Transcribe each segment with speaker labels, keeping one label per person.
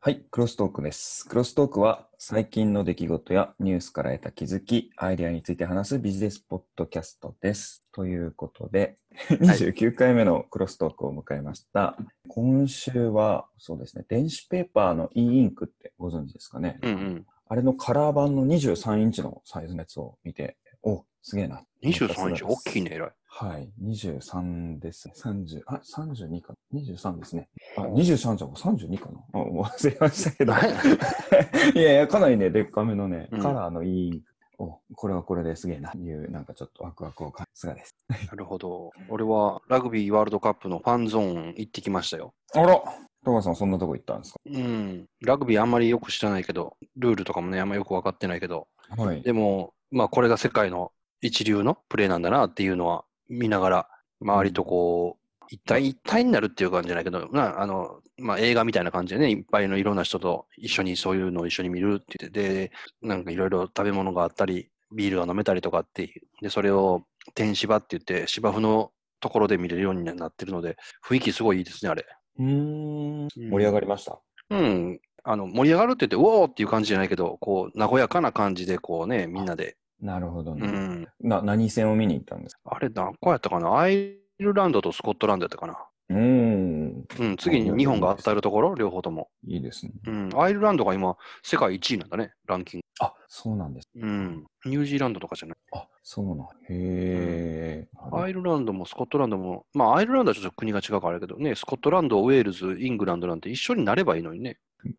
Speaker 1: はい、クロストークです。クロストークは最近の出来事やニュースから得た気づき、アイデアについて話すビジネスポッドキャストです。ということで、29回目のクロストークを迎えました。はい、今週は、そうですね、電子ペーパーの e インクってご存知ですかね。
Speaker 2: うんうん、
Speaker 1: あれのカラー版の23インチのサイズのやつを見て、おすげえな。
Speaker 2: 23インチ大きいね、え らい。
Speaker 1: はい、23です。30、あ、32か。23ですね。あ、23じゃん、32かな。あ、忘れましたけど。 いやいや、かなりね、でっかめのね、うん、カラーのいい、お、これはこれですげえな、いう、なんかちょっとワクワクを感じすがです。
Speaker 2: なるほど。俺はラグビーワールドカップのファンゾーン行ってきましたよ。
Speaker 1: あらトマさん、そんなとこ行ったんですか
Speaker 2: うん。ラグビーあんまりよく知らないけど、ルールとかもね、あんまよく分かってないけど、
Speaker 1: はい、
Speaker 2: でも、まあ、これが世界の一流のプレーなんだなっていうのは見ながら、周りとこう、一体一体になるっていう感じじゃないけど、なあの、まあ、映画みたいな感じでね、いっぱいのいろんな人と一緒にそういうのを一緒に見るって言って、で、なんかいろいろ食べ物があったり、ビールが飲めたりとかっていう。で、それを天芝って言って、芝生のところで見れるようになってるので、雰囲気すごいいいですね、あれ。
Speaker 1: うん。盛り上がりました。
Speaker 2: うん。あの、盛り上がるって言って、うおーっていう感じじゃないけど、こう、和やかな感じで、こうね、みんなで
Speaker 1: なるほど
Speaker 2: ね。うん、
Speaker 1: な何戦を見に行ったんですか
Speaker 2: あれ、何個やったかなアイルランドとスコットランドやったかな
Speaker 1: うん。
Speaker 2: うん、次に日本が当たるところ、両方とも。
Speaker 1: いいですね。
Speaker 2: うん、アイルランドが今、世界1位なんだね、ランキング。
Speaker 1: あ、そうなんです。
Speaker 2: うん。ニュージーランドとかじゃない。
Speaker 1: あ、そうなん。へえ、
Speaker 2: うん、アイルランドもスコットランドも、まあ、アイルランドはちょっと国が違うからあれけどね、スコットランド、ウェールズ、イングランドなんて一緒になればいいのにね。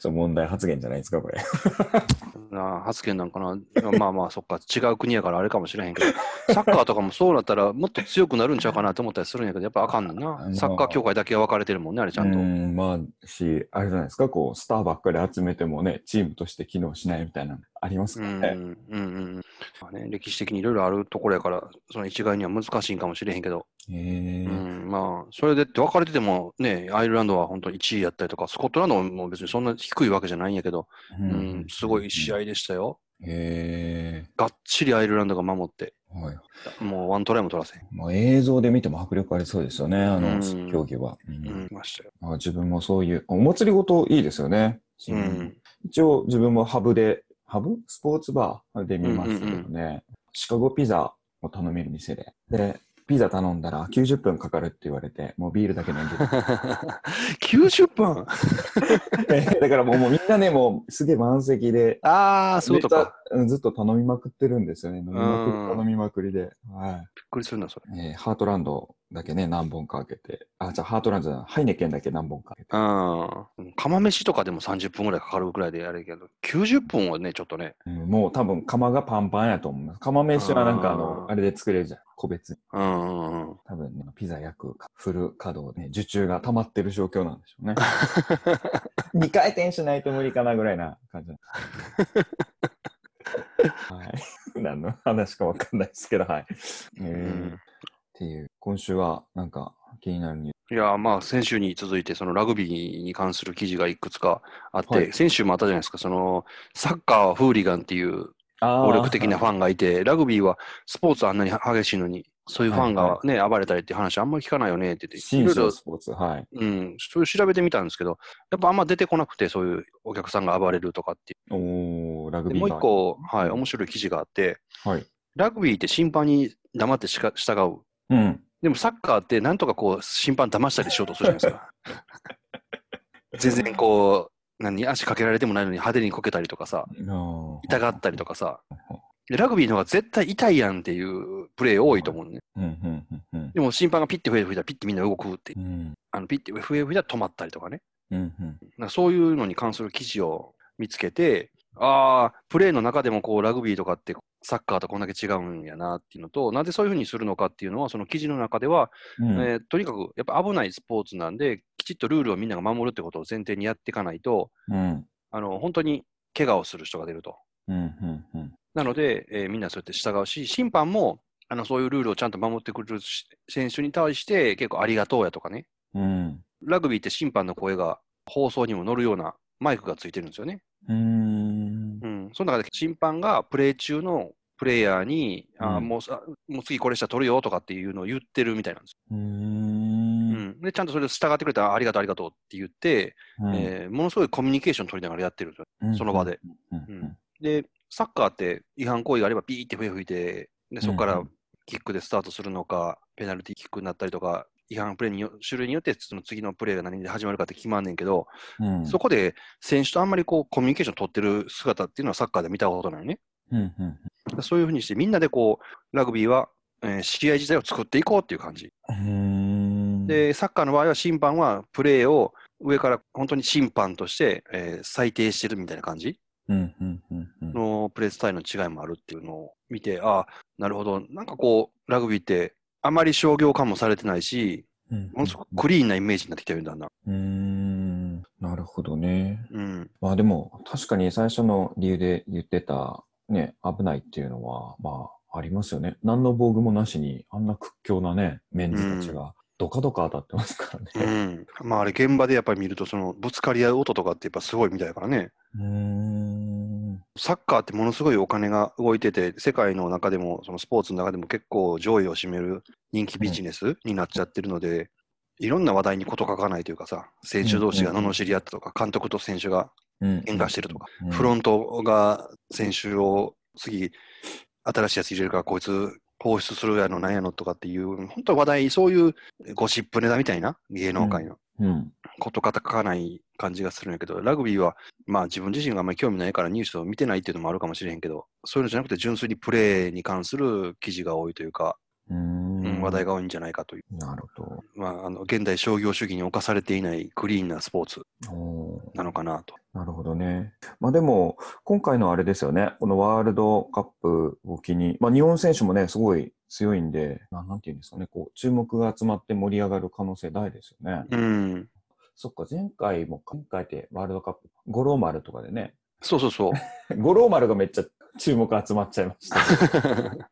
Speaker 1: そう問題発言じゃないですか、これ。
Speaker 2: な発言なんか な。まあまあ、そっか、違う国やからあれかもしれへんけ ど、サッカーとかもそうなったら、もっと強くなるんちゃうかなと思ったりするんやけど、やっ ぱあかんねんな。サッカー協会だけは分かれてるもんね、あれちゃんと。
Speaker 1: んまあ、し、あれじゃないですか、こう、スターばっかり集めてもね、チームとして機能しないみたいな、ありますから
Speaker 2: ね。うん、うん、うん。まあね、歴史的にいろいろあるところやから、その一概には難しいんかもしれへんけど。。
Speaker 1: へえ、うん
Speaker 2: まあ、それでって分かれてても、ね、アイルランドは本当1位やったりとか、スコットランドも別にそんな低いわけじゃないんやけど、うん、うん、すごい試合でしたよ。
Speaker 1: へ
Speaker 2: がっちりアイルランドが守って、、
Speaker 1: はい
Speaker 2: もうワントライも取らせ
Speaker 1: まあ、映像で見ても迫力ありそうですよね、あの競技は。
Speaker 2: うん、ましたよ
Speaker 1: あ自分もそういう、お祭りごといいですよね。
Speaker 2: うん、
Speaker 1: 一応自分もハブで、ハブスポーツバーで見ましたけどね、うんうんうん、シカゴピザを頼める店で。で、ピザ頼んだら90分かかるって言われて、もうビールだけ飲んでる。
Speaker 2: 90分
Speaker 1: だからもうみんなね、もうすげえ満席で。
Speaker 2: ああ、そういうことか。、
Speaker 1: ずっと頼みまくってるんですよね。飲みまくり、頼みまくりで。はい
Speaker 2: びっくりするな、そ
Speaker 1: れ、えー、ハートランドだけね、何本か開けて。あ、じゃあハートランドじゃない、ハイネケンだけ何本か開けて。
Speaker 2: うん。釜飯とかでも30分ぐらいかかるぐらいでやるけど、90分はね、ちょっとね。
Speaker 1: うん、もう多分釜がパンパンやと思います。釜飯はなんかあの、あれで作れるじゃん。個別に。
Speaker 2: うん。
Speaker 1: 多分ね、ピザ焼くフル稼働で、ね、受注が溜まってる状況なんでしょう ね。2回転しないと無理かなぐらいな感 じ。はい。何の話かわかんないですけど、はい。えー、うん、っていう、今週はなんか気になるニュー
Speaker 2: ス。いや、まあ、先週に続いて、そのラグビーに関する記事がいくつかあって、はい、先週もあったじゃないですか、その、サッカーはフーリガンっていう暴力的なファンがいて、はい、ラグビーはスポーツあんなに激しいのに、そういうファンがね、はいはい、暴れたりって話あんまり聞かないよねって言って、。
Speaker 1: いろいろ、スポーツ、はい。
Speaker 2: うん、それ調べてみたんですけど、やっぱあんま出てこなくて、そういうお客さんが暴れるとかっていう
Speaker 1: おラグビ
Speaker 2: ーもう一個、はい、面白い記事があって、
Speaker 1: はい、
Speaker 2: ラグビーって審判に黙ってしか従
Speaker 1: う。うん。
Speaker 2: でもサッカーってなんとかこう、審判騙したりしようとするじゃないですか。全然こう、何足かけられてもないのに派手にこけたりとかさ、痛がったりとかさ、ラグビーの方が絶対痛いやんっていうプレー多いと思うね。
Speaker 1: うんうんうんうん、
Speaker 2: でも審判がピッて笛吹いたらピッてみんな動くって、
Speaker 1: うん、
Speaker 2: あのピッて笛吹いたら止まったりとかね。
Speaker 1: うん
Speaker 2: うん、そういうのに関する記事を見つけて、ああ、プレーの中でもこうラグビーとかってサッカーとこんだけ違うんやなっていうのと、なぜそういうふうにするのかっていうのは、その記事の中では、うん、えー、とにかくやっぱ危ないスポーツなんで、きちっとルールをみんなが守るってことを前提にやっていかないと、
Speaker 1: うん、
Speaker 2: あの本当に怪我をする人が出ると。
Speaker 1: うんうんうん、
Speaker 2: なので、えー、みんなそうやって従うし、審判もあのそういうルールをちゃんと守ってくれる選手に対して、結構ありがとうやとかね、
Speaker 1: うん、
Speaker 2: ラグビーって審判の声が放送にも乗るようなマイクがついてるんですよね。
Speaker 1: うん
Speaker 2: うん、その中で審判がプレー中のプレイヤーに、あ
Speaker 1: うん
Speaker 2: もうさもう次これしたら取るよとかっていうのを言ってるみたいなんですよ。
Speaker 1: うー。
Speaker 2: うんん、で、ちゃんとそれを従ってくれたらありがとうありがとうって言って、えーものすごいコミュニケーション取りながらやってるんですよ。
Speaker 1: うん
Speaker 2: その場で。
Speaker 1: うん
Speaker 2: うんで、サッカーって違反行為があればビーって笛吹いて、でそこか
Speaker 1: うん
Speaker 2: ら
Speaker 1: うん
Speaker 2: キックでスタートするのか、ペナルティーキックになったりとか、違反プレーによ種類によって、その次のプレーが何で始まるかって決まんねんけど、
Speaker 1: うん
Speaker 2: そこで選手とあんまりこうコミュニケーション取ってる姿っていうのはサッカーで見たことないね。
Speaker 1: うんうん
Speaker 2: そういうふうにして、みんなでこう、ラグビーは、えー知り合い自体を作っていこうっていう感じ。
Speaker 1: うーん、
Speaker 2: で、サッカーの場合は審判はプレーを上から本当に審判として、えー裁定してるみたいな感じ
Speaker 1: うんうんうんうん
Speaker 2: のプレースタイルの違いもあるっていうのを見て、ああ、なるほど。なんかこう、ラグビーってあまり商業化もされてないし、
Speaker 1: うん
Speaker 2: ものすごくクリーンなイメージになってきたようだな。
Speaker 1: うーんなるほどね。
Speaker 2: うん。
Speaker 1: まあでも、確かに最初の理由で言ってた、ね、危ないっていうのは、まあ、ありますよね。何の防具もなしに、あんな屈強なね、メンズたちが、ドカドカ当たってますから
Speaker 2: う
Speaker 1: ね。
Speaker 2: ん。まああれ、現場でやっぱり見ると、そのぶつかり合う音とかってやっぱすごいみたいだからね。
Speaker 1: うーん。
Speaker 2: サッカーってものすごいお金が動いてて、世界の中でも、そのスポーツの中でも結構上位を占める人気ビジネスになっちゃってるので、いろんな話題に事書かないというかさ、選手同士が罵り合ったとか、監督と選手が
Speaker 1: うん
Speaker 2: 喧嘩してるとか、
Speaker 1: うん
Speaker 2: フロントが選手を次、新しいやつ入れるから、こいつ放出するやのなんやのとかっていう、本当話題、そういうゴシップネタみたいな、芸能界の。
Speaker 1: うん。
Speaker 2: ことか書かない感じがするんやけど、ラグビーは、まあ自分自身があんまり興味ないからニュースを見てないっていうのもあるかもしれへんけど、そういうのじゃなくて純粋にプレーに関する記事が多いというか、
Speaker 1: うー
Speaker 2: うん
Speaker 1: ん
Speaker 2: 話題。が多いんじゃないかという。
Speaker 1: なるほ
Speaker 2: まあ、あの、現代商業主義に侵されていないクリーンなスポーツ
Speaker 1: ど。おー
Speaker 2: なのかなと。
Speaker 1: なるほどね。まあでも、今回のあれですよね、このワールドカップを機に、まあ日本選手もね、すごい強いんで、ななんていうんですかね、こう、注目が集まって盛り上がる可能性大ですよね。
Speaker 2: うん。
Speaker 1: そっか、前回も、前回ってワールドカップ、五郎丸とかでね、
Speaker 2: そうそうそう。
Speaker 1: 五郎丸がめっちゃ注目集まっちゃいま した。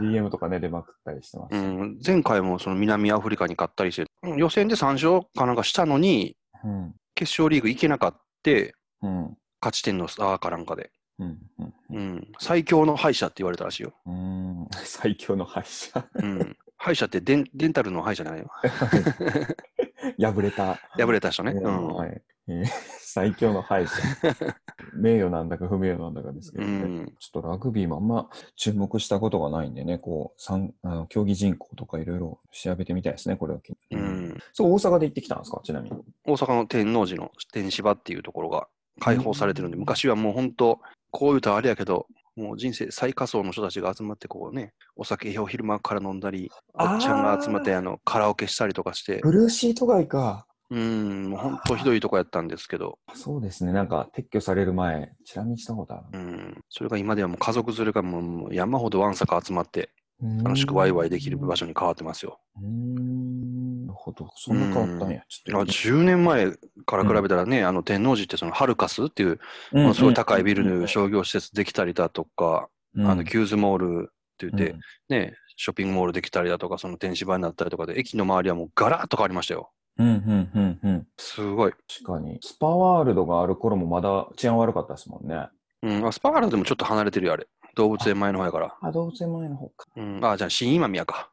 Speaker 1: DM とかね、出まくったりしてま
Speaker 2: う
Speaker 1: す。
Speaker 2: ん、前回もその南アフリカに勝ったりして、うん予選で3勝かなんかしたのに、
Speaker 1: うん。
Speaker 2: 決勝リーグ行けなかった、
Speaker 1: うん。
Speaker 2: 勝ち点のスターかなんかで。
Speaker 1: うん。うん
Speaker 2: うん。最強の敗者って言われたらしいよ。
Speaker 1: うん。最強の敗者。
Speaker 2: うん 歯医者ってデンデンタルの歯医者じゃないよ。
Speaker 1: 敗れた。
Speaker 2: 破れた人ね。う
Speaker 1: うん
Speaker 2: ん。
Speaker 1: はいえー 最強の敗 者。名誉なんだか不名誉なんだかですけ
Speaker 2: う
Speaker 1: どね。
Speaker 2: ん。
Speaker 1: ちょっとラグビーもあんま注目したことがないんでね、こう、参あの競技人口とかいろいろ調べてみたいですね、これを機に。
Speaker 2: うん。
Speaker 1: そう、大阪で行ってきたんですか、ちなみに。
Speaker 2: 大阪の天王寺の天芝っていうところが開放されてるん
Speaker 1: う
Speaker 2: で、
Speaker 1: ん
Speaker 2: 昔はもう本当、こう言うとあれやけど、もう人生最下層の人たちが集まってこうね、お酒を昼間から飲んだり、おっちゃんが集まってあのカラオケしたりとかして、
Speaker 1: ブルーシート街か。
Speaker 2: うん、もう本当ひどいとこやったんですけど、
Speaker 1: そうですね、なんか撤去される前、チラ見したことあ
Speaker 2: う
Speaker 1: る。
Speaker 2: ん、それが今ではもう家族連れがもうもう山ほどわんさか集まって、楽しくワイワイできる場
Speaker 1: 所。
Speaker 2: 所に変わってますよ。
Speaker 1: うーん、なるほど、そんな変わったんや、ち
Speaker 2: あ
Speaker 1: ょっと。
Speaker 2: 10年前から比べたらね、あの天王寺ってそのハルカスっていう、
Speaker 1: うん
Speaker 2: ものすごい高いビル
Speaker 1: う
Speaker 2: の
Speaker 1: ん
Speaker 2: 商業施設できたりだとか、
Speaker 1: うん
Speaker 2: あのキューズモールって言って、
Speaker 1: うん
Speaker 2: ね、ショッピングモールできたりだとか、その天芝になったりとかで、駅の周りはもうガラッと変わりましたよ。
Speaker 1: うん、うん、うん、うん。
Speaker 2: すごい。
Speaker 1: 確かに。スパワールドがある頃もまだ治安悪かったですもんね。
Speaker 2: うん、あスパーラでもちょっと離れてるよ、あれ。動物園前の方やから。
Speaker 1: あ、動物園前の方か。
Speaker 2: うん、あ、じゃあ、新今宮か。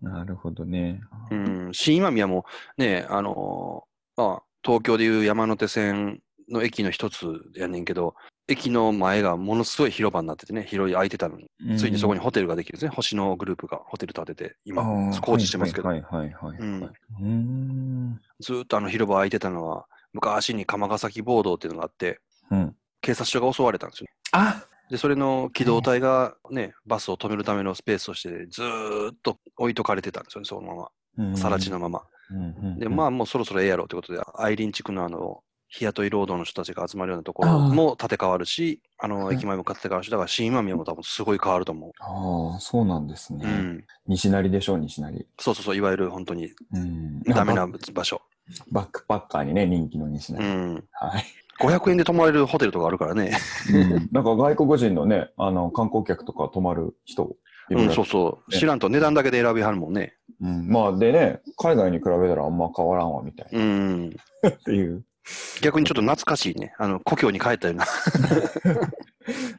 Speaker 1: なるほどね。
Speaker 2: うん、新今宮もね、あのーまあ、東京でいう山手線の駅の一つやねんけど、駅の前がものすごい広場になっててね、広い空いてたのに。ついにそこにホテルができるんですね。星野グループがホテル建てて、今、工事してますけど、
Speaker 1: はいはいはい、はい
Speaker 2: うん
Speaker 1: うーん。
Speaker 2: ずーっとあの広場空いてたのは、昔に釜ヶ崎暴動っていうのがあって、
Speaker 1: うん。
Speaker 2: 警察署が襲われたんですよね。
Speaker 1: あ
Speaker 2: で、それの機動隊がね、バスを止めるためのスペースとして、ずーっと置いとかれてたんですよね、そのまま。さら地の。まま。
Speaker 1: うんうんうん、
Speaker 2: で、まあ、もうそろそろええやろということで、アイリン地区のあの、日雇い労働の人たちが集まるようなところも建て替わるし、あの、駅前も建て替わるし、だから新今宮も多分すごい変わると思
Speaker 1: ああ、そうなんですね。
Speaker 2: う。うん。
Speaker 1: 西成でしょう、西成。
Speaker 2: そうそうそう、いわゆる本当に
Speaker 1: うん
Speaker 2: ダメな
Speaker 1: バッ
Speaker 2: 場所。
Speaker 1: バックパッカーにね、人気の西成。
Speaker 2: うん。
Speaker 1: はい。
Speaker 2: 500円で泊まれるホテルとかあるからね。
Speaker 1: うんなんか外国人のね、あの、観光客とか泊まる人。
Speaker 2: うん、そうう。そう。
Speaker 1: ね
Speaker 2: 知らんと値段だけで選びはるもんね。
Speaker 1: うん、まあ、でね、海外に比べたらあんま変わらんわ、みたいな。
Speaker 2: うん。
Speaker 1: っていう。
Speaker 2: 逆にちょっと懐かしいね。あの、故郷に帰ったような。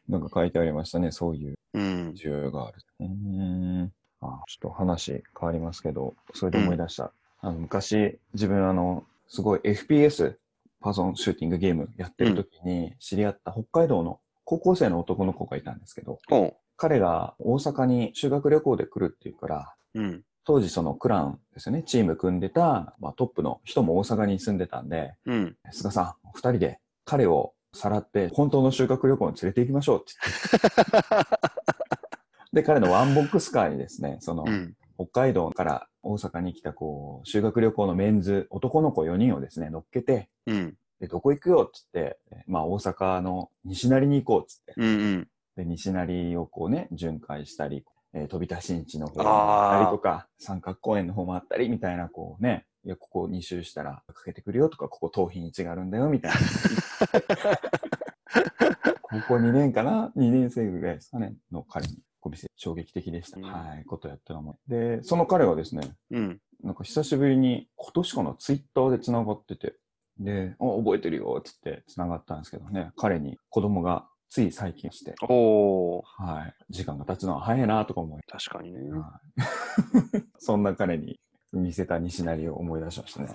Speaker 1: なんか書いてありましたね。そういう
Speaker 2: うん。
Speaker 1: 需要がある。うーん。あちょっと話変わりますけど、それで思い出した。あの昔、自分あの、すごい FPS、パソンシューティングゲームやってる時に知り合った北海道の高校生の男の子がいたんですけど、
Speaker 2: おう。
Speaker 1: 彼が大阪に修学旅行で来るっていうから、
Speaker 2: うん。
Speaker 1: 当時そのクランですよね、チーム組んでた、まあ、トップの人も大阪に住んでたんで、
Speaker 2: うん。
Speaker 1: 菅さん、二人で彼をさらって本当の修学旅行に連れて行きましょうって言 って。で、彼のワンボックスカーにですね、その、
Speaker 2: うん。
Speaker 1: 北海道から大阪に来た、こう、修学旅行のメンズ、男の子4人をですね、乗っけて、
Speaker 2: うん。
Speaker 1: で、どこ行くよって言って、まあ、大阪の西成に行こうって言って、
Speaker 2: うん。うん。
Speaker 1: で、西成をこうね、巡回したり、えー飛び出しんちの方
Speaker 2: あー
Speaker 1: あったりとか、三角公園の方もあったり、みたいな、こうね、いや、ここ2周したらかけてくるよとか、ここ頭皮に違うんだよ、みたい な。高校2年かな ?2 年生ぐらいですかねの彼にお見せ、衝撃的でした。
Speaker 2: うん
Speaker 1: はい、ことやってるもで、その彼はですね、
Speaker 2: うん。
Speaker 1: なんか久しぶりに、今年かな、ツイッターで繋がってて、で、あ、覚えてるよ、つって繋がったんですけどね、彼に子供がつい最近して、
Speaker 2: おう。
Speaker 1: はい。時間が経つのは早いなとか思い、
Speaker 2: 確かにね。
Speaker 1: はいそんな彼に見せた西成を思い出しましたね。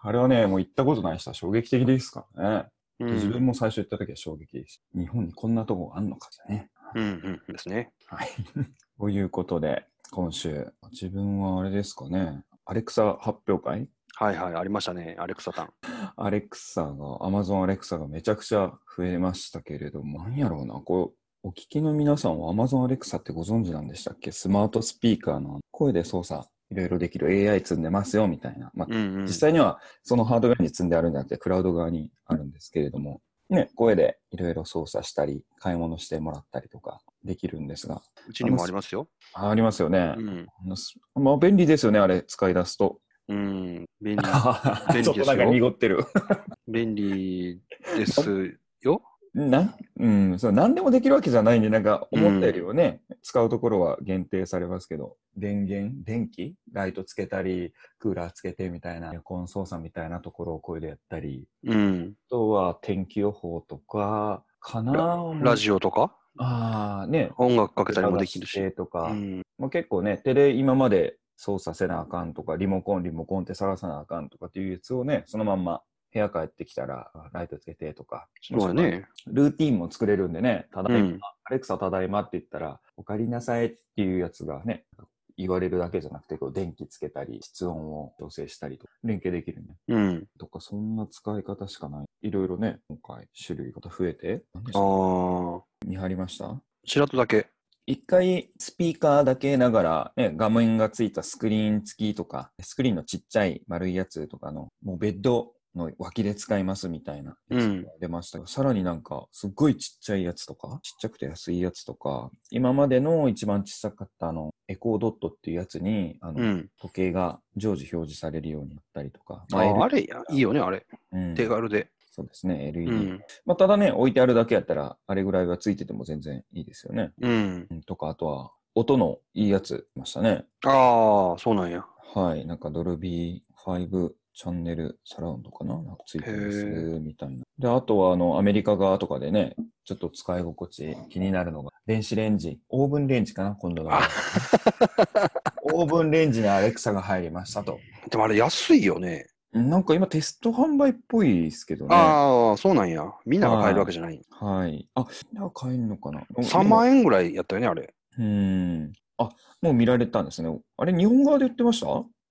Speaker 1: あれはね、もう行ったことない人は衝撃的ですからね。
Speaker 2: う
Speaker 1: で
Speaker 2: ん
Speaker 1: 自分も最初行った時は衝撃です。日本にこんなとこがあんのかってね。
Speaker 2: うん。うん。うんですね。
Speaker 1: はい。 ということで、今週、自分はあれですかね。アレクサ発表会
Speaker 2: はいはい。ありましたね。アレクサタン。
Speaker 1: アレクサが、Amazon アレクサがめちゃくちゃ増えましたけれども、なんやろうな、こう、お聞きの皆さんは Amazon アレクサってご存知なんでしたっけスマートスピーカーの声で操作、いろいろできる AI 積んでますよ、みたいな。まあ、
Speaker 2: うん。うん
Speaker 1: 実。際にはそのハードウェアに積んであるんじゃなくて、クラウド側にあるんですけれども、ね、声でいろいろ操作したり、買い物してもらったりとかできるんですが、
Speaker 2: うちにもありますよ。
Speaker 1: あありますよね
Speaker 2: う。ん。
Speaker 1: まあ、便利ですよね、あれ、使い出すと。
Speaker 2: うん。 便利。
Speaker 1: ちょ
Speaker 2: 利ですよ
Speaker 1: っとなんか濁ってる。
Speaker 2: 便利 ですよ。
Speaker 1: な、うん、そう、何でもできるわけじゃないんで、なんか思ったよりはね、使うところは限定されますけど、電源、電気、ライトつけたり、クーラーつけてみたいな、エアコン操作みたいなところを声でやったり、
Speaker 2: うん。
Speaker 1: あとは天気予報とか、かな
Speaker 2: ラジオとか
Speaker 1: オ。ああ、ね。
Speaker 2: 音楽かけたりもできる
Speaker 1: クラ
Speaker 2: し。
Speaker 1: ウドとか、
Speaker 2: うん。
Speaker 1: まあ、結構ね、手で今まで操作せなあかんとか、リモコン、リモコンって探さなあかんとかっていうやつをね、そのまんま部屋帰ってきたら、ライトつけてとか、
Speaker 2: そうだね。
Speaker 1: ルーティンも作れるんでね、ただ
Speaker 2: う
Speaker 1: いま、
Speaker 2: ん。
Speaker 1: アレクサただいまって言ったら、おかえりなさいっていうやつがね、言われるだけじゃなくて、こう電気つけたり、室温を調整したりとか、連携できるね。
Speaker 2: うん。
Speaker 1: とか、そんな使い方しかない。いろいろね、今回種類が増えて、何でした
Speaker 2: ああ。
Speaker 1: 見張りました
Speaker 2: ちらっとだけ。
Speaker 1: 一回スピーカーだけながら、ね、画面がついたスクリーン付きとか、スクリーンのちっちゃい丸いやつとかの、もうベッドの脇で使いますみたいなやつ
Speaker 2: うん
Speaker 1: が出ましたけど、さらになんかすっごいちっちゃいやつとか、ちっちゃくて安いやつとか、今までの一番小さかったあの、エコードットっていうやつに、あの、
Speaker 2: うん。
Speaker 1: 時計が常時表示されるようになったりとか、
Speaker 2: あ
Speaker 1: ま
Speaker 2: ーあれ、いいよね、あれ。
Speaker 1: うん
Speaker 2: 手軽で。
Speaker 1: そうですね、
Speaker 2: う
Speaker 1: LED。
Speaker 2: ん。
Speaker 1: まあ、ただね、置いてあるだけやったら、あれぐらいはついてても全然いいですよね。
Speaker 2: うん。
Speaker 1: うんとか、あとは、音のいいやつ、ましたね。
Speaker 2: ああ、そうなんや。
Speaker 1: はい。なんか、ドルビー5チャンネルサラウンドかななんかついてます
Speaker 2: へー
Speaker 1: みたいな。で、あとは、あの、アメリカ側とかでね、ちょっと使い心地気になるのが、電子レンジ、オーブンレンジかな今度は
Speaker 2: あ。
Speaker 1: オーブンレンジにアレクサが入りましたと。
Speaker 2: でもあれ安いよね。
Speaker 1: なんか今、テスト販売っぽいですけどね。
Speaker 2: ああ、そうなんや。みんなが買えるわけじゃない。
Speaker 1: はい。あ、みんな買えるのかな
Speaker 2: 3万円ぐらいやったよね、あれ。
Speaker 1: 円。うん。あ、もう見られたんですね。あれ、日本側で売ってました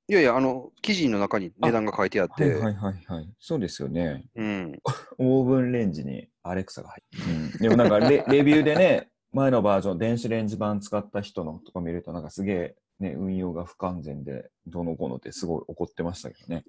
Speaker 2: いやいや、あの、記事の中に値段が書いてあっ
Speaker 1: はいは
Speaker 2: て。
Speaker 1: いはいはい。そうですよね。
Speaker 2: うん。
Speaker 1: オーブンレンジにアレクサが入って、うん、でもなんかレレビューでね、前のバージョン、電子レンジ版使った人のとか見ると、なんかすげえ、ね、運用が不完全で、どうのこうのってすごい怒ってましたけどね。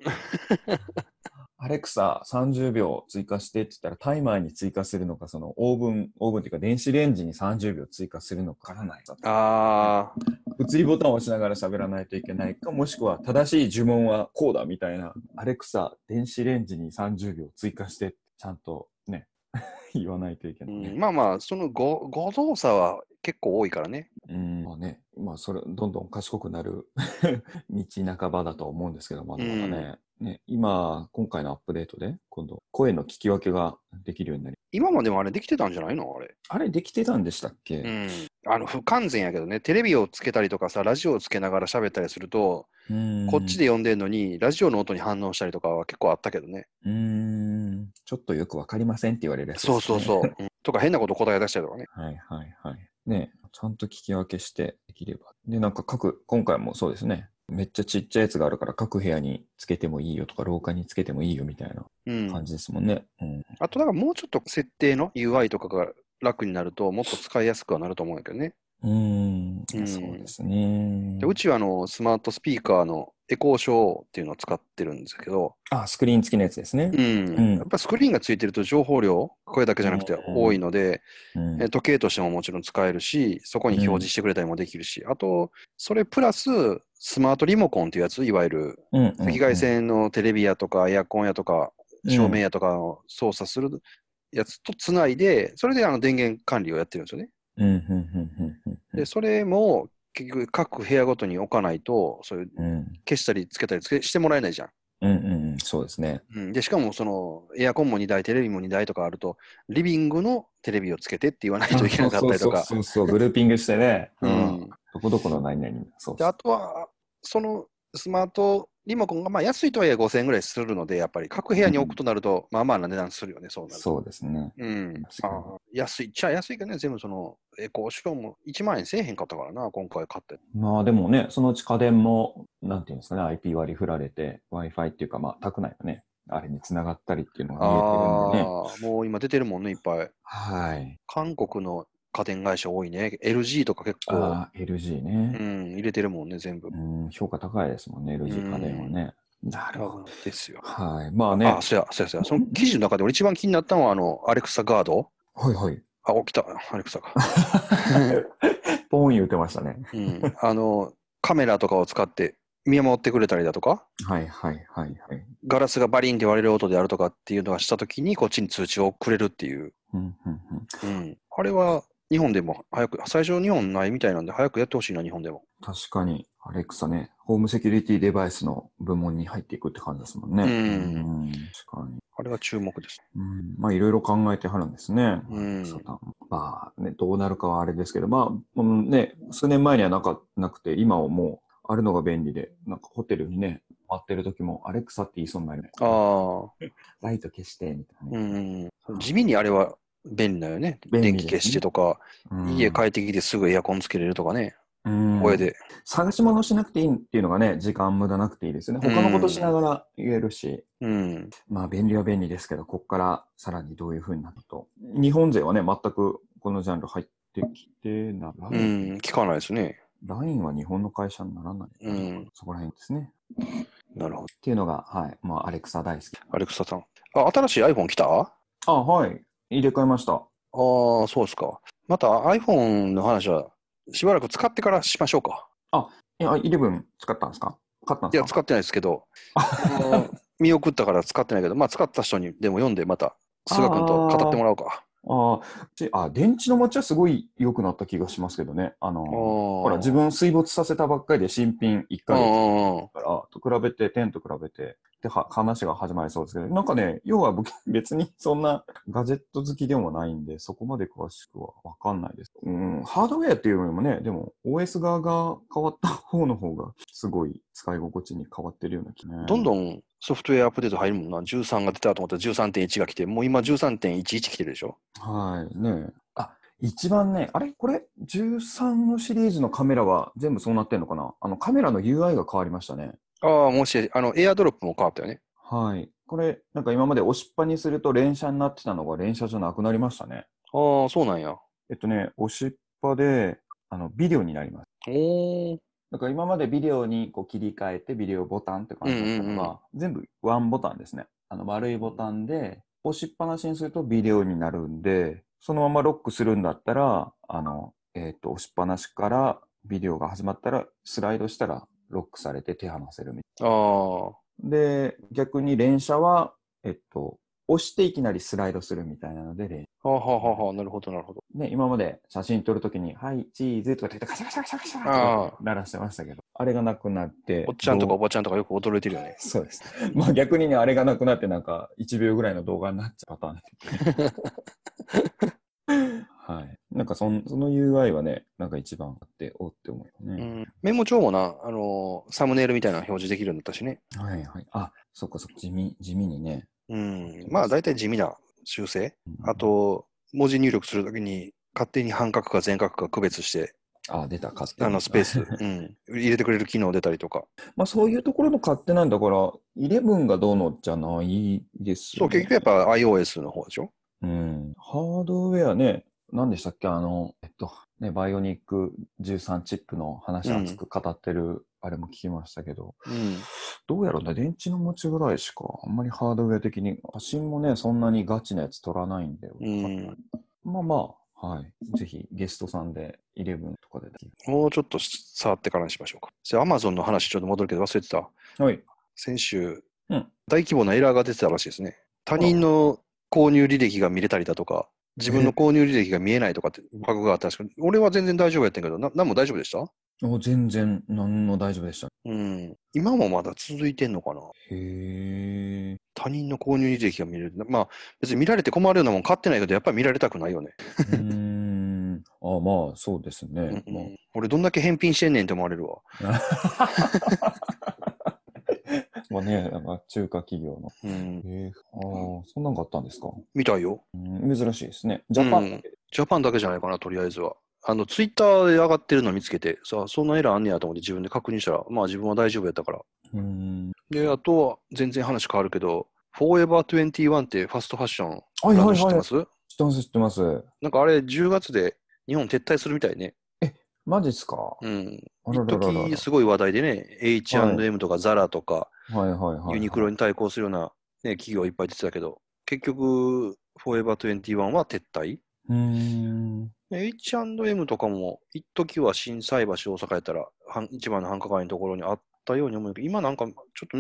Speaker 1: アレクサ30秒追加してって言ったら、タイマーに追加するのか、そのオーブン、オーブンっていうか電子レンジに30秒追加するのかわからない。
Speaker 2: ああ、
Speaker 1: 物理ボタンを押しながら喋らないといけないか、もしくは正しい呪文はこうだみたいな、アレクサ、電子レンジに30秒追加して、ちゃんとね、 言わないといけ
Speaker 2: う
Speaker 1: ない、
Speaker 2: ん、
Speaker 1: ね
Speaker 2: まあまあ、その誤誤動作は結構多いからね。
Speaker 1: うんまあね、まあそれ、どんどん賢くなる 道半ばだと思うんですけど、まだまだね。ね今、今回のアップデートで、今度、声の聞き分けができるようになり、
Speaker 2: 今までもあれできてたんじゃないのあれ。
Speaker 1: あれできてたんでしたっけ、
Speaker 2: うん。あの、不完全やけどね、テレビをつけたりとかさ、ラジオをつけながら喋ったりすると、
Speaker 1: うん
Speaker 2: こっちで呼んでんのに、ラジオの音に反応したりとかは結構あったけどね。
Speaker 1: うーんちょっとよくわかりませんって言われるやつですね、
Speaker 2: そうそうそう。うんとか、変なこと答え出したりとかね。
Speaker 1: はいはいはい。ねちゃんと聞き分けしてできれば。で、なんか各、今回もそうですね。めっちゃちっちゃいやつがあるから、各部屋につけてもいいよとか、廊下につけてもいいよみたいな
Speaker 2: うん。
Speaker 1: 感じですもんね。うん。
Speaker 2: あと、だからもうちょっと設定の UI とかが楽になると、もっと使いやすくはなると思うんやけどね。
Speaker 1: うーん、
Speaker 2: うん
Speaker 1: そうですね
Speaker 2: で。うちはあの、スマートスピーカーのエコーショーっていうのを使ってるんですけど、
Speaker 1: あ、スクリーン付きのやつですね
Speaker 2: う。ん。
Speaker 1: うん
Speaker 2: やっぱスクリーンがついてると情報量、声だけじゃなくて多いので、
Speaker 1: うん
Speaker 2: え時計としてももちろん使えるし、そこに表示してくれたりもできるし、あと、それプラス、スマートリモコンっていうやつ、いわゆる
Speaker 1: うん
Speaker 2: 赤外線のテレビやとか、エアコンやとか、照明やとかを操作するやつとつないで、それであの電源管理をやってるんですよね。
Speaker 1: うんうんうんうんうん
Speaker 2: で、それも結局各部屋ごとに置かないと、そういう
Speaker 1: うん
Speaker 2: 消したりつけたりつけしてもらえないじゃん。
Speaker 1: うんうんうん、そうですね。
Speaker 2: うん、で、しかもそのエアコンも2台、テレビも2台とかあると、リビングのテレビをつけてって言わないといけなかったりとか。
Speaker 1: そうそうそうそう、グルーピングしてね。
Speaker 2: う。ん、
Speaker 1: どこどこの何々。そう
Speaker 2: で
Speaker 1: そう
Speaker 2: あとは、そのスマートリモコンが、まあ、安いとはいえ5000円ぐらいするので、やっぱり各部屋に置くとなると、まあまあな値段するよね、そうなると。
Speaker 1: そうですね。
Speaker 2: うん
Speaker 1: 確か
Speaker 2: ま
Speaker 1: に
Speaker 2: あ、安いっちゃ安いけどね、全部その、エコーショーも1万円せえへんかったからな、今回買って。
Speaker 1: まあでもね、そのうち家電も、なんていうんですかね、IP 割り振られて、Wi-Fi っていうか、まあ、宅内のね、あれに繋がったりっていうの
Speaker 2: あ
Speaker 1: が見
Speaker 2: あ
Speaker 1: えてるんでね。
Speaker 2: ー、もう今出てるもんね、いっぱい。
Speaker 1: はい。
Speaker 2: 韓国の家電会社多いね。LG とか結構、
Speaker 1: ああ、LG
Speaker 2: う
Speaker 1: ね、
Speaker 2: ん、入れてるもんね、全部。
Speaker 1: うん。評価高いですもんね、LG 家電はね。なるほど。
Speaker 2: ですよ。
Speaker 1: はい。まあね。
Speaker 2: あ、そうや、そうや、そうや。その記事の中で俺一番気になったのは、あの、アレクサガード
Speaker 1: はいはい。
Speaker 2: あ、起きた、アレクサが。
Speaker 1: ポーン言ってましたね。
Speaker 2: うん、あの、カメラとかを使って見守ってくれたりだとか、
Speaker 1: はいはいはいはい。
Speaker 2: ガラスがバリンって割れる音であるとかっていうのがしたときに、こっちに通知をくれるっていう。
Speaker 1: うんうんうん、
Speaker 2: うん。あれは、日本でも早く、最初日本ないみたいなんで、早くやってほしいな、日本でも。
Speaker 1: 確かに、アレクサね、ホームセキュリティデバイスの部門に入っていくって感じですもんね。
Speaker 2: うん
Speaker 1: うん確かに。
Speaker 2: あれは注目です。
Speaker 1: うん、まあいろいろ考えてはるんですね。
Speaker 2: うん
Speaker 1: サタンまあね、どうなるかはあれですけど、まあ、うん、ね、数年前にはなかなくて、今はもうあるのが便利で、なんかホテルにね、待ってる時もアレクサって言いそうになるね。
Speaker 2: ああ、
Speaker 1: ライト消して、みたいな
Speaker 2: う
Speaker 1: ね、
Speaker 2: ん。地味にあれは便利だよね。
Speaker 1: 便利ですね
Speaker 2: 電気消してとか、
Speaker 1: うん
Speaker 2: 家帰ってきてすぐエアコンつけれるとかね、
Speaker 1: うん
Speaker 2: 声で。
Speaker 1: 探し物しなくていいっていうのがね、時間無駄なくていいですよね。
Speaker 2: うん
Speaker 1: 他のことしながら言えるし、
Speaker 2: うん。
Speaker 1: まあ便利は便利ですけど、こっからさらにどういうふうになると。日本勢はね、全くこのジャンル入ってきてなら、
Speaker 2: うん、聞かないですね。
Speaker 1: ラインは日本の会社にならない。
Speaker 2: うん
Speaker 1: そこら辺ですね。
Speaker 2: なるほど。
Speaker 1: っていうのが、はい。まあ、アレクサ大好き。
Speaker 2: アレクサさん。あ、新しい iPhone 来たあ
Speaker 1: あ、はい。入れ替えました。
Speaker 2: あー、そうですか。また iPhone の話は、しばらく使ってからしましょうか。
Speaker 1: え、あ、11使ったんですか買ったん
Speaker 2: い
Speaker 1: で
Speaker 2: や、
Speaker 1: すか
Speaker 2: 使ってないです けど、あの見送ったから使ってないけど、まあ、使った人にでも読んで、また、菅君と語ってもらおうか。
Speaker 1: あちあ、電池の持ちはすごい良くなった気がしますけどね。あの、
Speaker 2: ほ
Speaker 1: ほら、自分水没させたばっかりで新品1ヶ月
Speaker 2: が。
Speaker 1: から、と比べて、10と比べて、で、は話が始まりそうですけど、なんかね、要は僕 別にそんなガジェット好きでもないんで、そこまで詳しくはわかんないです。うん、ハードウェアっていうよりもね、でも OS 側が変わった方の方が、すごい使い心地に変わってるような気ね。
Speaker 2: どんど
Speaker 1: ん。
Speaker 2: んソフトウェアアップデート入るもんな。13が出たと思ったら13.1が来て、もう今13.11来てるでしょ。
Speaker 1: はい、ねえあ、一番ね、あれこれ、13のシリーズのカメラは全部そうなってんのかなあの、カメラの UI が変わりましたね。
Speaker 2: ああ、もし、あの、エアドロップも変わったよね。
Speaker 1: はい。これ、なんか今まで押しっぱにすると連写になってたのが連写じゃなくなりましたね。
Speaker 2: ああ、そうなんや。
Speaker 1: えっとね、押しっぱで、あの、ビデオになります。
Speaker 2: おー。
Speaker 1: だから今までビデオにこう切り替えてビデオボタンって感じだったのが、
Speaker 2: うんうん
Speaker 1: 全部ワンボタンですね。あの丸いボタンで押しっぱなしにするとビデオになるんで、そのままロックするんだったら、あの、えっ、と、押しっぱなしからビデオが始まったら、スライドしたらロックされて手離せるみたい
Speaker 2: ああ。
Speaker 1: な。で、逆に連写は、えっと、押していきなりスライドするみたいなので、例
Speaker 2: はあ、はあはあはあ、なるほど、なるほど。
Speaker 1: ね、今まで写真撮るときに、はい、チーズとかってカシャカシャカシャカシャ
Speaker 2: あ
Speaker 1: って鳴らしてましたけど、あれがなくなって。
Speaker 2: おっちゃんとかお
Speaker 1: どう
Speaker 2: ばちゃんとかよく驚いてるよね。
Speaker 1: そうです。まあ逆にね、あれがなくなってなんか1秒ぐらいの動画になっちゃうパターン。はい。なんかそんその UI はね、なんか一番あって、おって思うよ
Speaker 2: う
Speaker 1: ね。
Speaker 2: ん、メモ帳もな、あのーサムネイルみたいなの表示できるんだったしね。
Speaker 1: はいはい。あ、そっかそっか、地味、地味にね。
Speaker 2: うん、まあ大体地味な修正。
Speaker 1: うん
Speaker 2: あ、と、文字入力するときに勝手に半角か全角か区別して、
Speaker 1: あ、出た、勝手に
Speaker 2: あのスペース、うん、入れてくれる機能出たりとか。
Speaker 1: まあそういうところの勝手なんだから、11がどうのじゃないです
Speaker 2: そ
Speaker 1: よ
Speaker 2: う、
Speaker 1: ね。
Speaker 2: 結局やっぱ iOS の方でしょ
Speaker 1: うん。ハードウェアね、何でしたっけあの、えっと、ね、バイオニック13チップの話熱く語ってる、あれも聞きましたけど、
Speaker 2: うん。
Speaker 1: どうやらね、電池の持ちぐらいしか、あんまりハードウェア的に、写真もね、そんなにガチなやつ撮らないんで、
Speaker 2: うん
Speaker 1: まあまあ、はい。ぜひ、ゲストさんで、11とかで。
Speaker 2: もうちょっと触ってからにしましょうか。じゃあ Amazon の話ちょっと戻るけど忘れてた。
Speaker 1: はい。
Speaker 2: 先週、
Speaker 1: うん
Speaker 2: 大規模なエラーが出てたらしいですね。他人の購入履歴が見れたりだとか、自分の購入履歴が見えないとかってバグがあったんですけど、俺は全然大丈夫やったんやけど、な何も大丈夫でした
Speaker 1: お全然、何も大丈夫でした。
Speaker 2: うん。今もまだ続いてんのかな
Speaker 1: へえ。
Speaker 2: 他人の購入履歴が見れる。まあ、別に見られて困るようなもん買ってないけど、やっぱり見られたくないよね。
Speaker 1: うーん。あまあ、そうですね。
Speaker 2: うん
Speaker 1: まあ
Speaker 2: うん俺どんだけ返品してんねんって思われるわ。
Speaker 1: まあね、なんか中華企業の。
Speaker 2: うん。
Speaker 1: えああ、そんなんがあったんですか。
Speaker 2: 見たいよ。
Speaker 1: うん珍しいですね。ジャパ
Speaker 2: う
Speaker 1: ン
Speaker 2: ん。ジャパンだけじゃないかな、とりあえずは。あの、ツイッターで上がってるの見つけて、さあ、そんなエラーあんねやと思って自分で確認したら、まあ自分は大丈夫やったから。
Speaker 1: うん。
Speaker 2: で、あとは全然話変わるけど、フォーエバー21ってファストファッション、
Speaker 1: はい
Speaker 2: ブランド
Speaker 1: はい
Speaker 2: 知って
Speaker 1: は
Speaker 2: ま
Speaker 1: い。
Speaker 2: す、
Speaker 1: 知ってます、知ってます。
Speaker 2: なんかあれ10月で日本撤退するみたいね。
Speaker 1: マジっすか。
Speaker 2: うん。
Speaker 1: あら
Speaker 2: 一
Speaker 1: ららら。
Speaker 2: 時すごい話題でね、H&M とか ZARA とか、
Speaker 1: はいはいはい。
Speaker 2: ユニクロに対抗するような、ね、企業いっぱい出てたけど、結局、フォーエバー21は撤退。
Speaker 1: うーん。
Speaker 2: で H&M とかも、一時は心斎橋大阪やったら、はん一番の繁華街のところにあったように思うけど、今なんかちょっ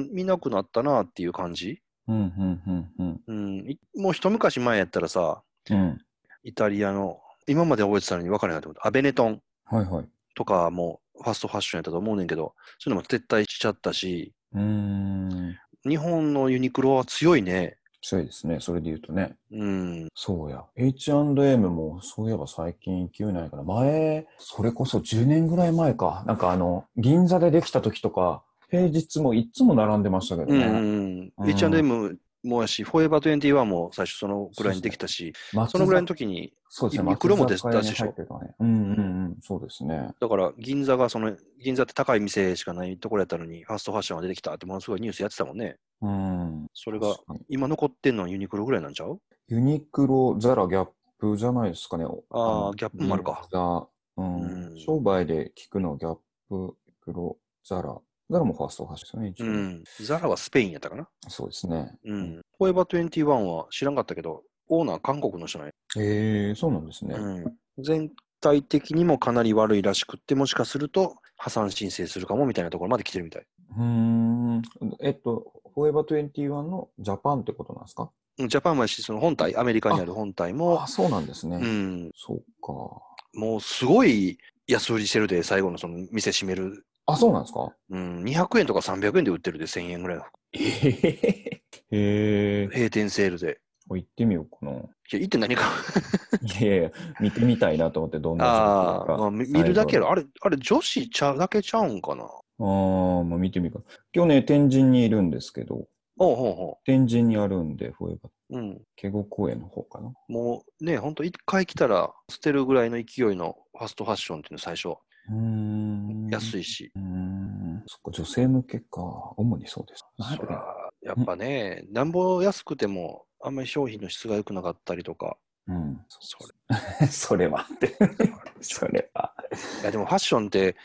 Speaker 2: と見なくなったなっていう感じ。
Speaker 1: うんうんうんうん
Speaker 2: うん。いもう一昔前やったらさ、
Speaker 1: うん。
Speaker 2: イタリアの、今まで覚えてたのに分からないと思った。アベネトン
Speaker 1: はいはい。
Speaker 2: とかもファストファッションやったと思うねんけど、そういうのも撤退しちゃったし、
Speaker 1: うーん。
Speaker 2: 日本のユニクロは強いね。
Speaker 1: 強いですね。それで言うとね。
Speaker 2: うん。
Speaker 1: そうや。H&M も、そういえば最近勢いないから、前、それこそ10年ぐらい前か。なんかあの、銀座でできた時とか、平日もいつも並んでましたけど
Speaker 2: うん
Speaker 1: ね。
Speaker 2: うん
Speaker 1: う
Speaker 2: うんん。H&M もやし、フォーエバー21も最初そのぐらいにできたし、
Speaker 1: 松
Speaker 2: そのぐらいの時に、
Speaker 1: そうですね。
Speaker 2: ユニクロも出
Speaker 1: 松坂屋に
Speaker 2: 出したでし
Speaker 1: 入
Speaker 2: ょ
Speaker 1: ってたね。うんうんうん。そうですね。
Speaker 2: だから銀座がその、銀座って高い店しかないところやったのに、ファストファッションが出てきたってものすごいニュースやってたもんね。
Speaker 1: うん。
Speaker 2: それが
Speaker 1: 確、かに
Speaker 2: 今残ってんのはユニクロぐらいなんちゃう
Speaker 1: ユニクロ、ザラ、ギャップじゃないですかね。
Speaker 2: あーギャップもあるか。
Speaker 1: ザ、うん。
Speaker 2: うん
Speaker 1: 商売で聞くの、ギャップ、ユニクロ、ザラ。ザラもファーストファッションです
Speaker 2: う
Speaker 1: よね、一応。
Speaker 2: ん。ザラはスペインやったかな
Speaker 1: そうですね。
Speaker 2: うん。フォーエバー21は知らんかったけど、オーナー韓国の人なんや
Speaker 1: へえ、そうなんですね。
Speaker 2: うん。全体的にもかなり悪いらしくって、もしかすると破産申請するかもみたいなところまで来てるみたい。
Speaker 1: うーん。えっと、フォーエバー21のジャパンってことなんですか
Speaker 2: うんジャパンもやし、その本体、アメリカにある本体も
Speaker 1: あ、、そうなんですね。
Speaker 2: うん、
Speaker 1: そうか。
Speaker 2: もうすごい安売りしてるで、最後のその店閉める
Speaker 1: あ、そうなんですか
Speaker 2: うん、200円とか300円で売ってるで、1000円ぐらいの
Speaker 1: へえ。
Speaker 2: 閉店セールで。
Speaker 1: 行ってみようかな。
Speaker 2: いや、行って何か。
Speaker 1: いやいや、見てみたいなと思って、どんな
Speaker 2: あ
Speaker 1: 状
Speaker 2: あ、
Speaker 1: 況
Speaker 2: ま
Speaker 1: か
Speaker 2: あ、み見るだけや
Speaker 1: あ
Speaker 2: ろ。あれ、あれ、女子ちゃうだけちゃうんかな。
Speaker 1: あー、まあ見てみようか。今日ね、天神にいるんですけど、
Speaker 2: おうほうほ
Speaker 1: 天神にあるんで、フォーエバー。
Speaker 2: う。うん。
Speaker 1: ケゴ公園の方かな。
Speaker 2: もうね、ほんと、一回来たら捨てるぐらいの勢いのファストファッションっていうの最初、
Speaker 1: うーん。
Speaker 2: 安
Speaker 1: い。
Speaker 2: いし。
Speaker 1: うーん。そっか、女性向けか。主にそうです。なん
Speaker 2: そ
Speaker 1: でだろ
Speaker 2: ら、やっぱね、なんぼ安くても、あんまり商品の質が良くなかったりとか、
Speaker 1: ううん。
Speaker 2: それ。
Speaker 1: それは って。それは。
Speaker 2: いや、でもファッションって、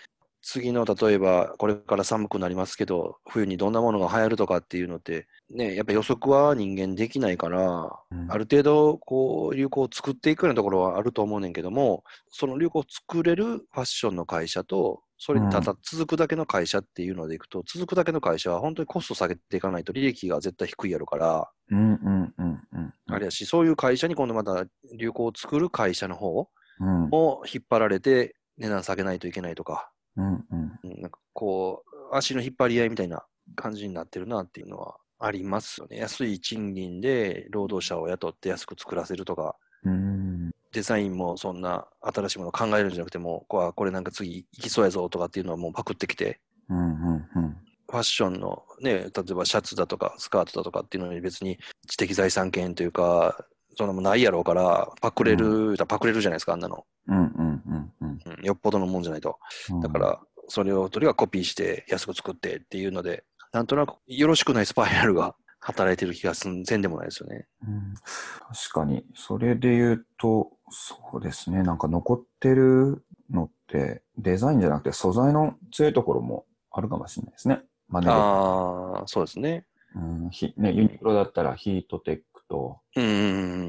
Speaker 2: 次の例えば、これから寒くなりますけど、冬にどんなものが流行るとかっていうのって、ね、やっぱ予測は人間できないから、あ
Speaker 1: る。
Speaker 2: る程度、こう、流行を作っていくようなところはあると思うねんけども、その流行を作れるファッションの会社と、それ
Speaker 1: う
Speaker 2: に
Speaker 1: ん
Speaker 2: ただ続くだけの会社っていうのでいくと、続くだけの会社は本当にコスト下げていかないと利益が絶対低いやろから、
Speaker 1: うんうんうんうん。
Speaker 2: あれやし、そういう会社に今度また流行を作る会社の方
Speaker 1: うんうん
Speaker 2: も引っ張られて値段下げないといけないとか、
Speaker 1: うん。
Speaker 2: うんなんかこう、足の引っ張り合いみたいな感じになってるなっていうのはありますよね。安い賃金で労働者を雇って安く作らせるとか、
Speaker 1: うん
Speaker 2: デザインもそんな新しいもの考えるんじゃなくても、こうこれなんか次行きそうやぞとかっていうのはもうパクってきて、
Speaker 1: うんうんうん。
Speaker 2: ファッションのね、例えばシャツだとかスカートだとかっていうのに別に知的財産権というか、そんなもんないやろうから、パクれる、パクれるじゃないですか、あんなの。
Speaker 1: うんうんうんうん
Speaker 2: うんよっぽどのもんじゃないと。
Speaker 1: うん。
Speaker 2: だから、それをとにかくコピーして安く作ってっていうので、なんとなくよろしくないスパイラルが働いてる気がすん、せんでもないですよね。
Speaker 1: うん、確かに、それで言うと、そうですね、なんか残ってるのって、デザインじゃなくて素材の強いところもあるかもしれないですね。まあ
Speaker 2: ああ、そうですね。
Speaker 1: うんひね、ユニクロだったらヒートテックと、
Speaker 2: うんう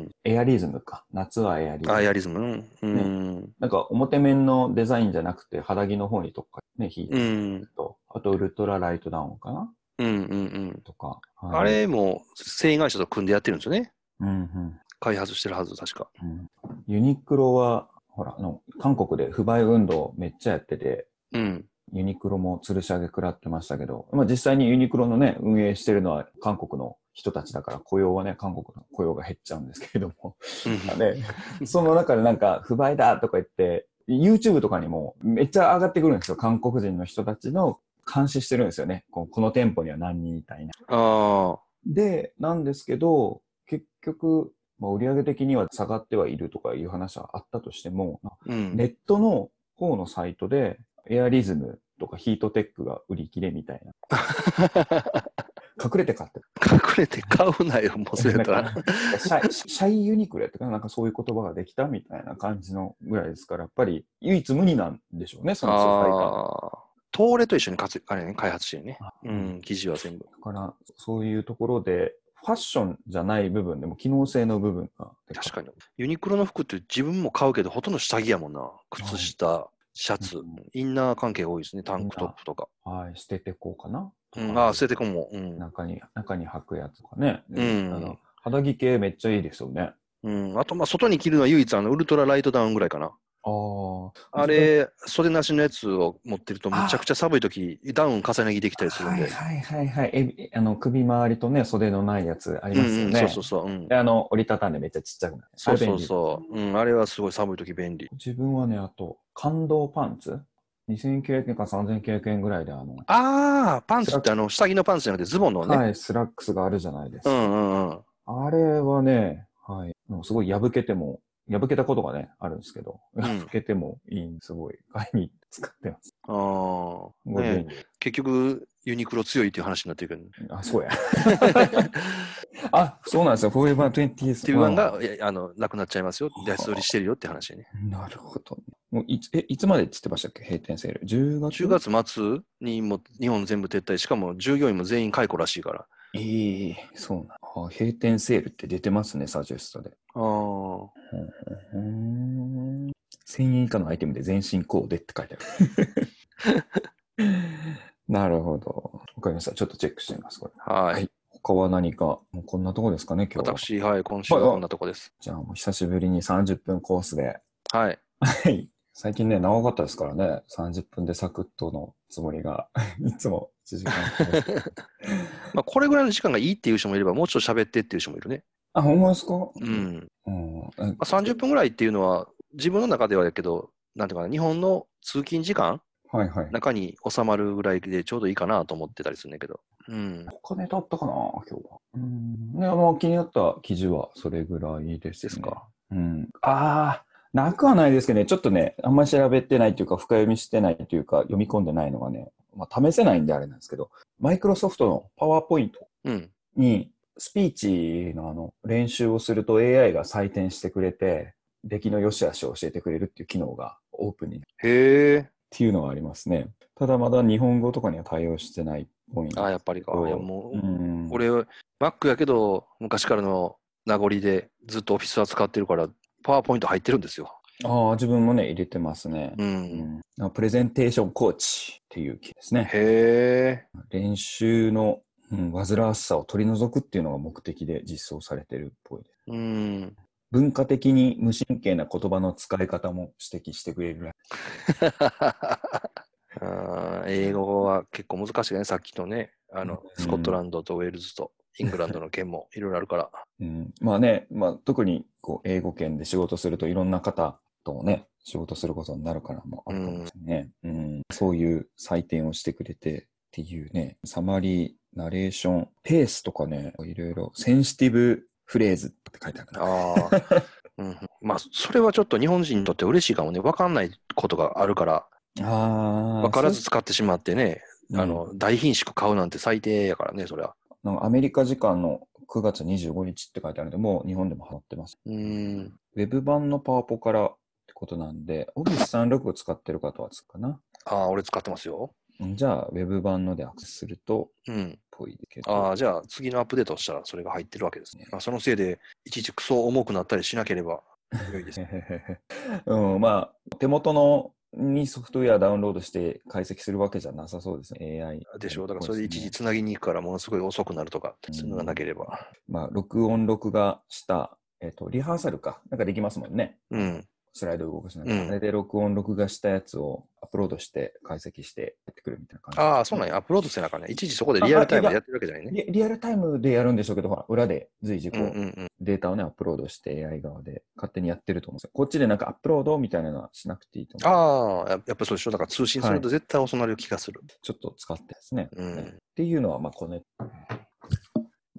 Speaker 2: ん
Speaker 1: エアリズムか。夏はエアリ
Speaker 2: う
Speaker 1: ズ
Speaker 2: ん。
Speaker 1: ム。
Speaker 2: アイアリズム。うん。うん。
Speaker 1: なんか表面のデザインじゃなくて、肌着の方に特化、ね、ヒート
Speaker 2: う
Speaker 1: テッ
Speaker 2: ん。
Speaker 1: クと、あとウルトラライトダウンかな
Speaker 2: うんうんうん。
Speaker 1: とか。はい
Speaker 2: あれも繊維会社と組んでやってるんですよね。
Speaker 1: うんうん、
Speaker 2: 開発してるはず、確か。
Speaker 1: うん。ユニクロは、ほら、あの、韓国で不買運動めっちゃやってて、
Speaker 2: うん。
Speaker 1: ユニクロも吊るし上げ食らってましたけど、まあ実際にユニクロのね、運営してるのは韓国の人たちだから雇用はね、韓国の雇用が減っちゃうんですけれども。ね、 その中でなんか、不買だとか言って、YouTube とかにもめっちゃ上がってくるんですよ。韓国人の人たちの監視してるんですよね。こうこの店舗には何人いたいな。
Speaker 2: ああ。
Speaker 1: で、なんですけど、結局、まあ、売上的には下がってはいるとかいう話はあったとしても、
Speaker 2: うん。
Speaker 1: ネットの方のサイトで、エアリズムとかヒートテックが売り切れみたいな。隠れて買って
Speaker 2: 隠れて買うなよ、もうそれやっ たら。
Speaker 1: た。シャイシャイユニクロやったかななんかそういう言葉ができたみたいな感じのぐらいですから、やっぱり唯一無二なんでしょうね、その世界観。
Speaker 2: ああ。トーレと一緒にかつあれ、ね、開発してるね。う
Speaker 1: うん
Speaker 2: ん、記事は全部。
Speaker 1: だから、そういうところで、ファッションじゃない部分でも機能性の部分が。
Speaker 2: 確かに。ユニクロの服って自分も買うけど、ほとんど下着やもんな。靴下、シャツ、
Speaker 1: うん
Speaker 2: インナー関係多いですね。タンクトップとか。
Speaker 1: はい、捨ててこうかな。
Speaker 2: うん、ああ、捨ててこも。うん。
Speaker 1: 中に、中に履くやつとかね。
Speaker 2: うん
Speaker 1: あの肌着系めっちゃいいですよね。
Speaker 2: うん、あと、まあ、外に着るのは唯一、あの、ウルトラライトダウンぐらいかな。
Speaker 1: ああ。
Speaker 2: あ れ、袖なしのやつを持ってると、むちゃくちゃ寒い時、ダウン重ね着できたりするんで。
Speaker 1: はいはいはいはい。えびあの首周りとね、袖のないやつありますよね。
Speaker 2: うんうん、そうそうそう。うん
Speaker 1: で、あの、折りたたんでめっちゃちっちゃくなる。
Speaker 2: そうそう
Speaker 1: う。
Speaker 2: そう。うん、あれはすごい寒い時便利。
Speaker 1: 自分はね、あと、感動パンツ ?2900 円か3900円ぐらいで、あの、
Speaker 2: ああ、パンツってあの、下着のパンツじゃなくてズボンのね。
Speaker 1: はい、スラックスがあるじゃないです
Speaker 2: う
Speaker 1: か。
Speaker 2: んうんうん。
Speaker 1: あれはね、はい、もうすごい破けても、破けたことがね、あるんですけど、
Speaker 2: ん
Speaker 1: 破けてもいいんですごい、買いに使ってます。
Speaker 2: ああ、
Speaker 1: ご
Speaker 2: ね
Speaker 1: 便利
Speaker 2: 結局、ユニクロ強いっていう話になってくる、ね。
Speaker 1: あ、そうや。 あ、そうなんですよ。フォーエバー20です。
Speaker 2: っていう案が、いやあの、なくなっちゃいますよ。安売りしてるよって話ね。
Speaker 1: なるほど。もういつ、え、いつまでって言ってましたっけ閉店セール。10月
Speaker 2: 10月末にもう日本全部撤退、しかも従業員も全員解雇らしいから。
Speaker 1: ええそうなんあ閉店セールって出てますね、サジェストで。
Speaker 2: ああ。
Speaker 1: うーん。1000円以下のアイテムで全身コーデって書いてあ る。なるほど。わかりました。ちょっとチェックしてみます、これ。
Speaker 2: はい。
Speaker 1: はい他は何か、もうこんなとこですかね、今日は。
Speaker 2: 私、はい、今週はこんなとこです。
Speaker 1: じゃあ、もう久しぶりに30分コースで。
Speaker 2: はい。
Speaker 1: はい。最近ね、長かったですからね、30分でサクッとのつもりが、 いつも1時間 ですけど。
Speaker 2: まあ、これぐらいの時間がいいっていう人もいれば、もうちょっと喋ってっていう人もいるね。
Speaker 1: あ、ほんまですか
Speaker 2: うん。
Speaker 1: うん。え
Speaker 2: まあ、30分ぐらいっていうのは、自分の中ではやけど、なんていうかな、日本の通勤時間
Speaker 1: はいはい。
Speaker 2: 中に収まるぐらいでちょうどいいかなと思ってたりするんだけど。うん。
Speaker 1: 他ネタあったかな、今日は。うん。ね、まあ気になった記事はそれぐらいです、ね。
Speaker 2: ですか。
Speaker 1: うん。ああ、なくはないですけどね、ちょっとね、あんまり調べてないというか、深読みしてないというか、読み込んでないのがね、まあ試せないんであれなんですけど、マイクロソフトのパワーポイント
Speaker 2: うん。
Speaker 1: に、スピーチのあの、練習をすると AI が採点してくれて、出来の良し悪しを教えてくれるっていう機能がオープンに
Speaker 2: へえ。
Speaker 1: っていうのはありますね。ただまだ日本語とかには対応してないっぽいんで
Speaker 2: ああ、やっぱりか。
Speaker 1: そう
Speaker 2: いや、も
Speaker 1: う
Speaker 2: う、
Speaker 1: ん、
Speaker 2: 俺、Mac やけど、昔からの名残でずっとオフィスは使ってるから、パワーポイント入ってるんですよ。
Speaker 1: ああ、自分もね、入れてますね。
Speaker 2: う。
Speaker 1: うんんあプレゼンテーションコーチっていう気ですね。
Speaker 2: へえ。
Speaker 1: 練習の、うん、煩わしさを取り除くっていうのが目的で実装されてるっぽいです。
Speaker 2: うん。
Speaker 1: 文化的に無神経な言葉の使い方も指摘してくれるらしい
Speaker 2: あー英語は結構難しいね、さっきとね。あの、
Speaker 1: うん
Speaker 2: スコットランドとウェールズとイングランドの件もいろいろあるから。
Speaker 1: うん、まあね、まあ、特にこう英語圏で仕事するといろんな方ともね、仕事することになるからもあるかもしれないね、うんそういう採点をしてくれてっていうね、サマリー、ナレーション、ペースとかね、いろいろセンシティブフレーズって書いてあるな。
Speaker 2: ああ。うん、まあ、それはちょっと日本人にとって嬉しいかもね。わかんないことがあるから、
Speaker 1: あー
Speaker 2: わからず
Speaker 1: そ
Speaker 2: 使ってしまってね、
Speaker 1: う
Speaker 2: あの、大品種買うなんて最低やからね、それは。
Speaker 1: うんなんかアメリカ時間の9月25日って書いてあるので、もう日本でもハマってます。
Speaker 2: うーん。
Speaker 1: ウェブ版のパワポからってことなんで、オフィス36を使ってる方は使うかな。
Speaker 2: ああ、俺使ってますよ。
Speaker 1: うんじゃあ、ウェブ版のでアクセスすると、
Speaker 2: うん。
Speaker 1: ぽいけど。
Speaker 2: ああ、じゃあ次のアップデートをしたらそれが入ってるわけですね。まあ、そのせいで、いちいちクソ重くなったりしなければ良いで す。
Speaker 1: うん、まあ、手元のにソフトウェアダウンロードして解析するわけじゃなさそうですね、AI。
Speaker 2: でしょう。だからそれで一時
Speaker 1: こ
Speaker 2: つなぎに行くからものすごい遅くなるとか、そういうのがなければ。
Speaker 1: うですねまあ、録音、録画した、えっ、と、リハーサルか。なんかできますもんね。
Speaker 2: うん。
Speaker 1: スライド動かしながら。
Speaker 2: うん
Speaker 1: あれで録音、録画したやつをアップロードして解析してやってくるみたいな感じ。
Speaker 2: ああ、そうなんや。アップロードせなあかんね。いちいちそこでリアルタイムでやってるわけじゃないね。
Speaker 1: リリアルタイムでやるんでしょうけど、ほら、裏で随時こ
Speaker 2: うん
Speaker 1: う、
Speaker 2: うんうん。
Speaker 1: データをね、アップロードして AI 側で勝手にやってると思うんですよ。こっちでなんかアップロードみたいなのはしなくていいと思う。
Speaker 2: ああ、ややっぱそうでしょ。だから通信すると絶対遅なる気がする。
Speaker 1: ちょっと使ってですね。
Speaker 2: う
Speaker 1: はい
Speaker 2: ん。
Speaker 1: っていうのは、まあ、この、ま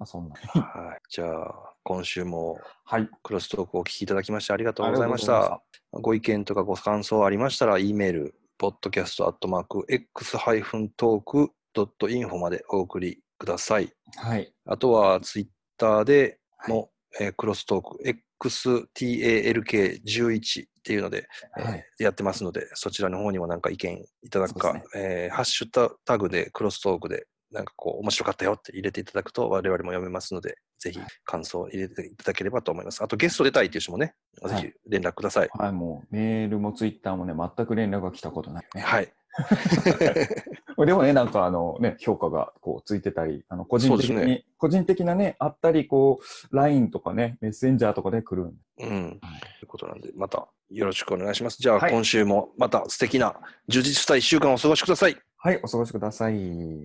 Speaker 1: あ、そんな。
Speaker 2: はい。じゃあ、今週も
Speaker 1: はい。
Speaker 2: クロストークをお聞きいただきましてありがとうございまし
Speaker 1: ありがとうござい
Speaker 2: た。ご意見とかご感想ありましたら、E メール、podcast.x-talk.info までお送りください。
Speaker 1: はい。
Speaker 2: あとは、ツイッターでも、えークロストーク、XTALK11 っていうので、えー
Speaker 1: はい
Speaker 2: やってますので、そちらの方にもなんか意見いただくか、
Speaker 1: そうで
Speaker 2: えーハッシュタタグでクロストークで、なんかこう、面白かったよって入れていただくと、我々も読めますので、ぜひ感想を入れていただければと思います。あと、ゲスト出たいっていう人もね、
Speaker 1: は
Speaker 2: ぜ
Speaker 1: い
Speaker 2: ひ連絡ください。
Speaker 1: はい、もう、メールもツイッターもね、全く連絡が来たことないよね。
Speaker 2: はい。
Speaker 1: でもね、なんかあのね、評価がこうついてたり、あの、個人的
Speaker 2: そうで
Speaker 1: に、
Speaker 2: す
Speaker 1: 個人的なね、あったり、こう、LINE とかね、メッセンジャーとかで来るんで。
Speaker 2: うん。
Speaker 1: はい
Speaker 2: ということなんで、またよろしくお願いします。じゃあ、
Speaker 1: はい
Speaker 2: 今週もまた素敵な充実した一週間をお過ごしください。
Speaker 1: はい、お過ごしください。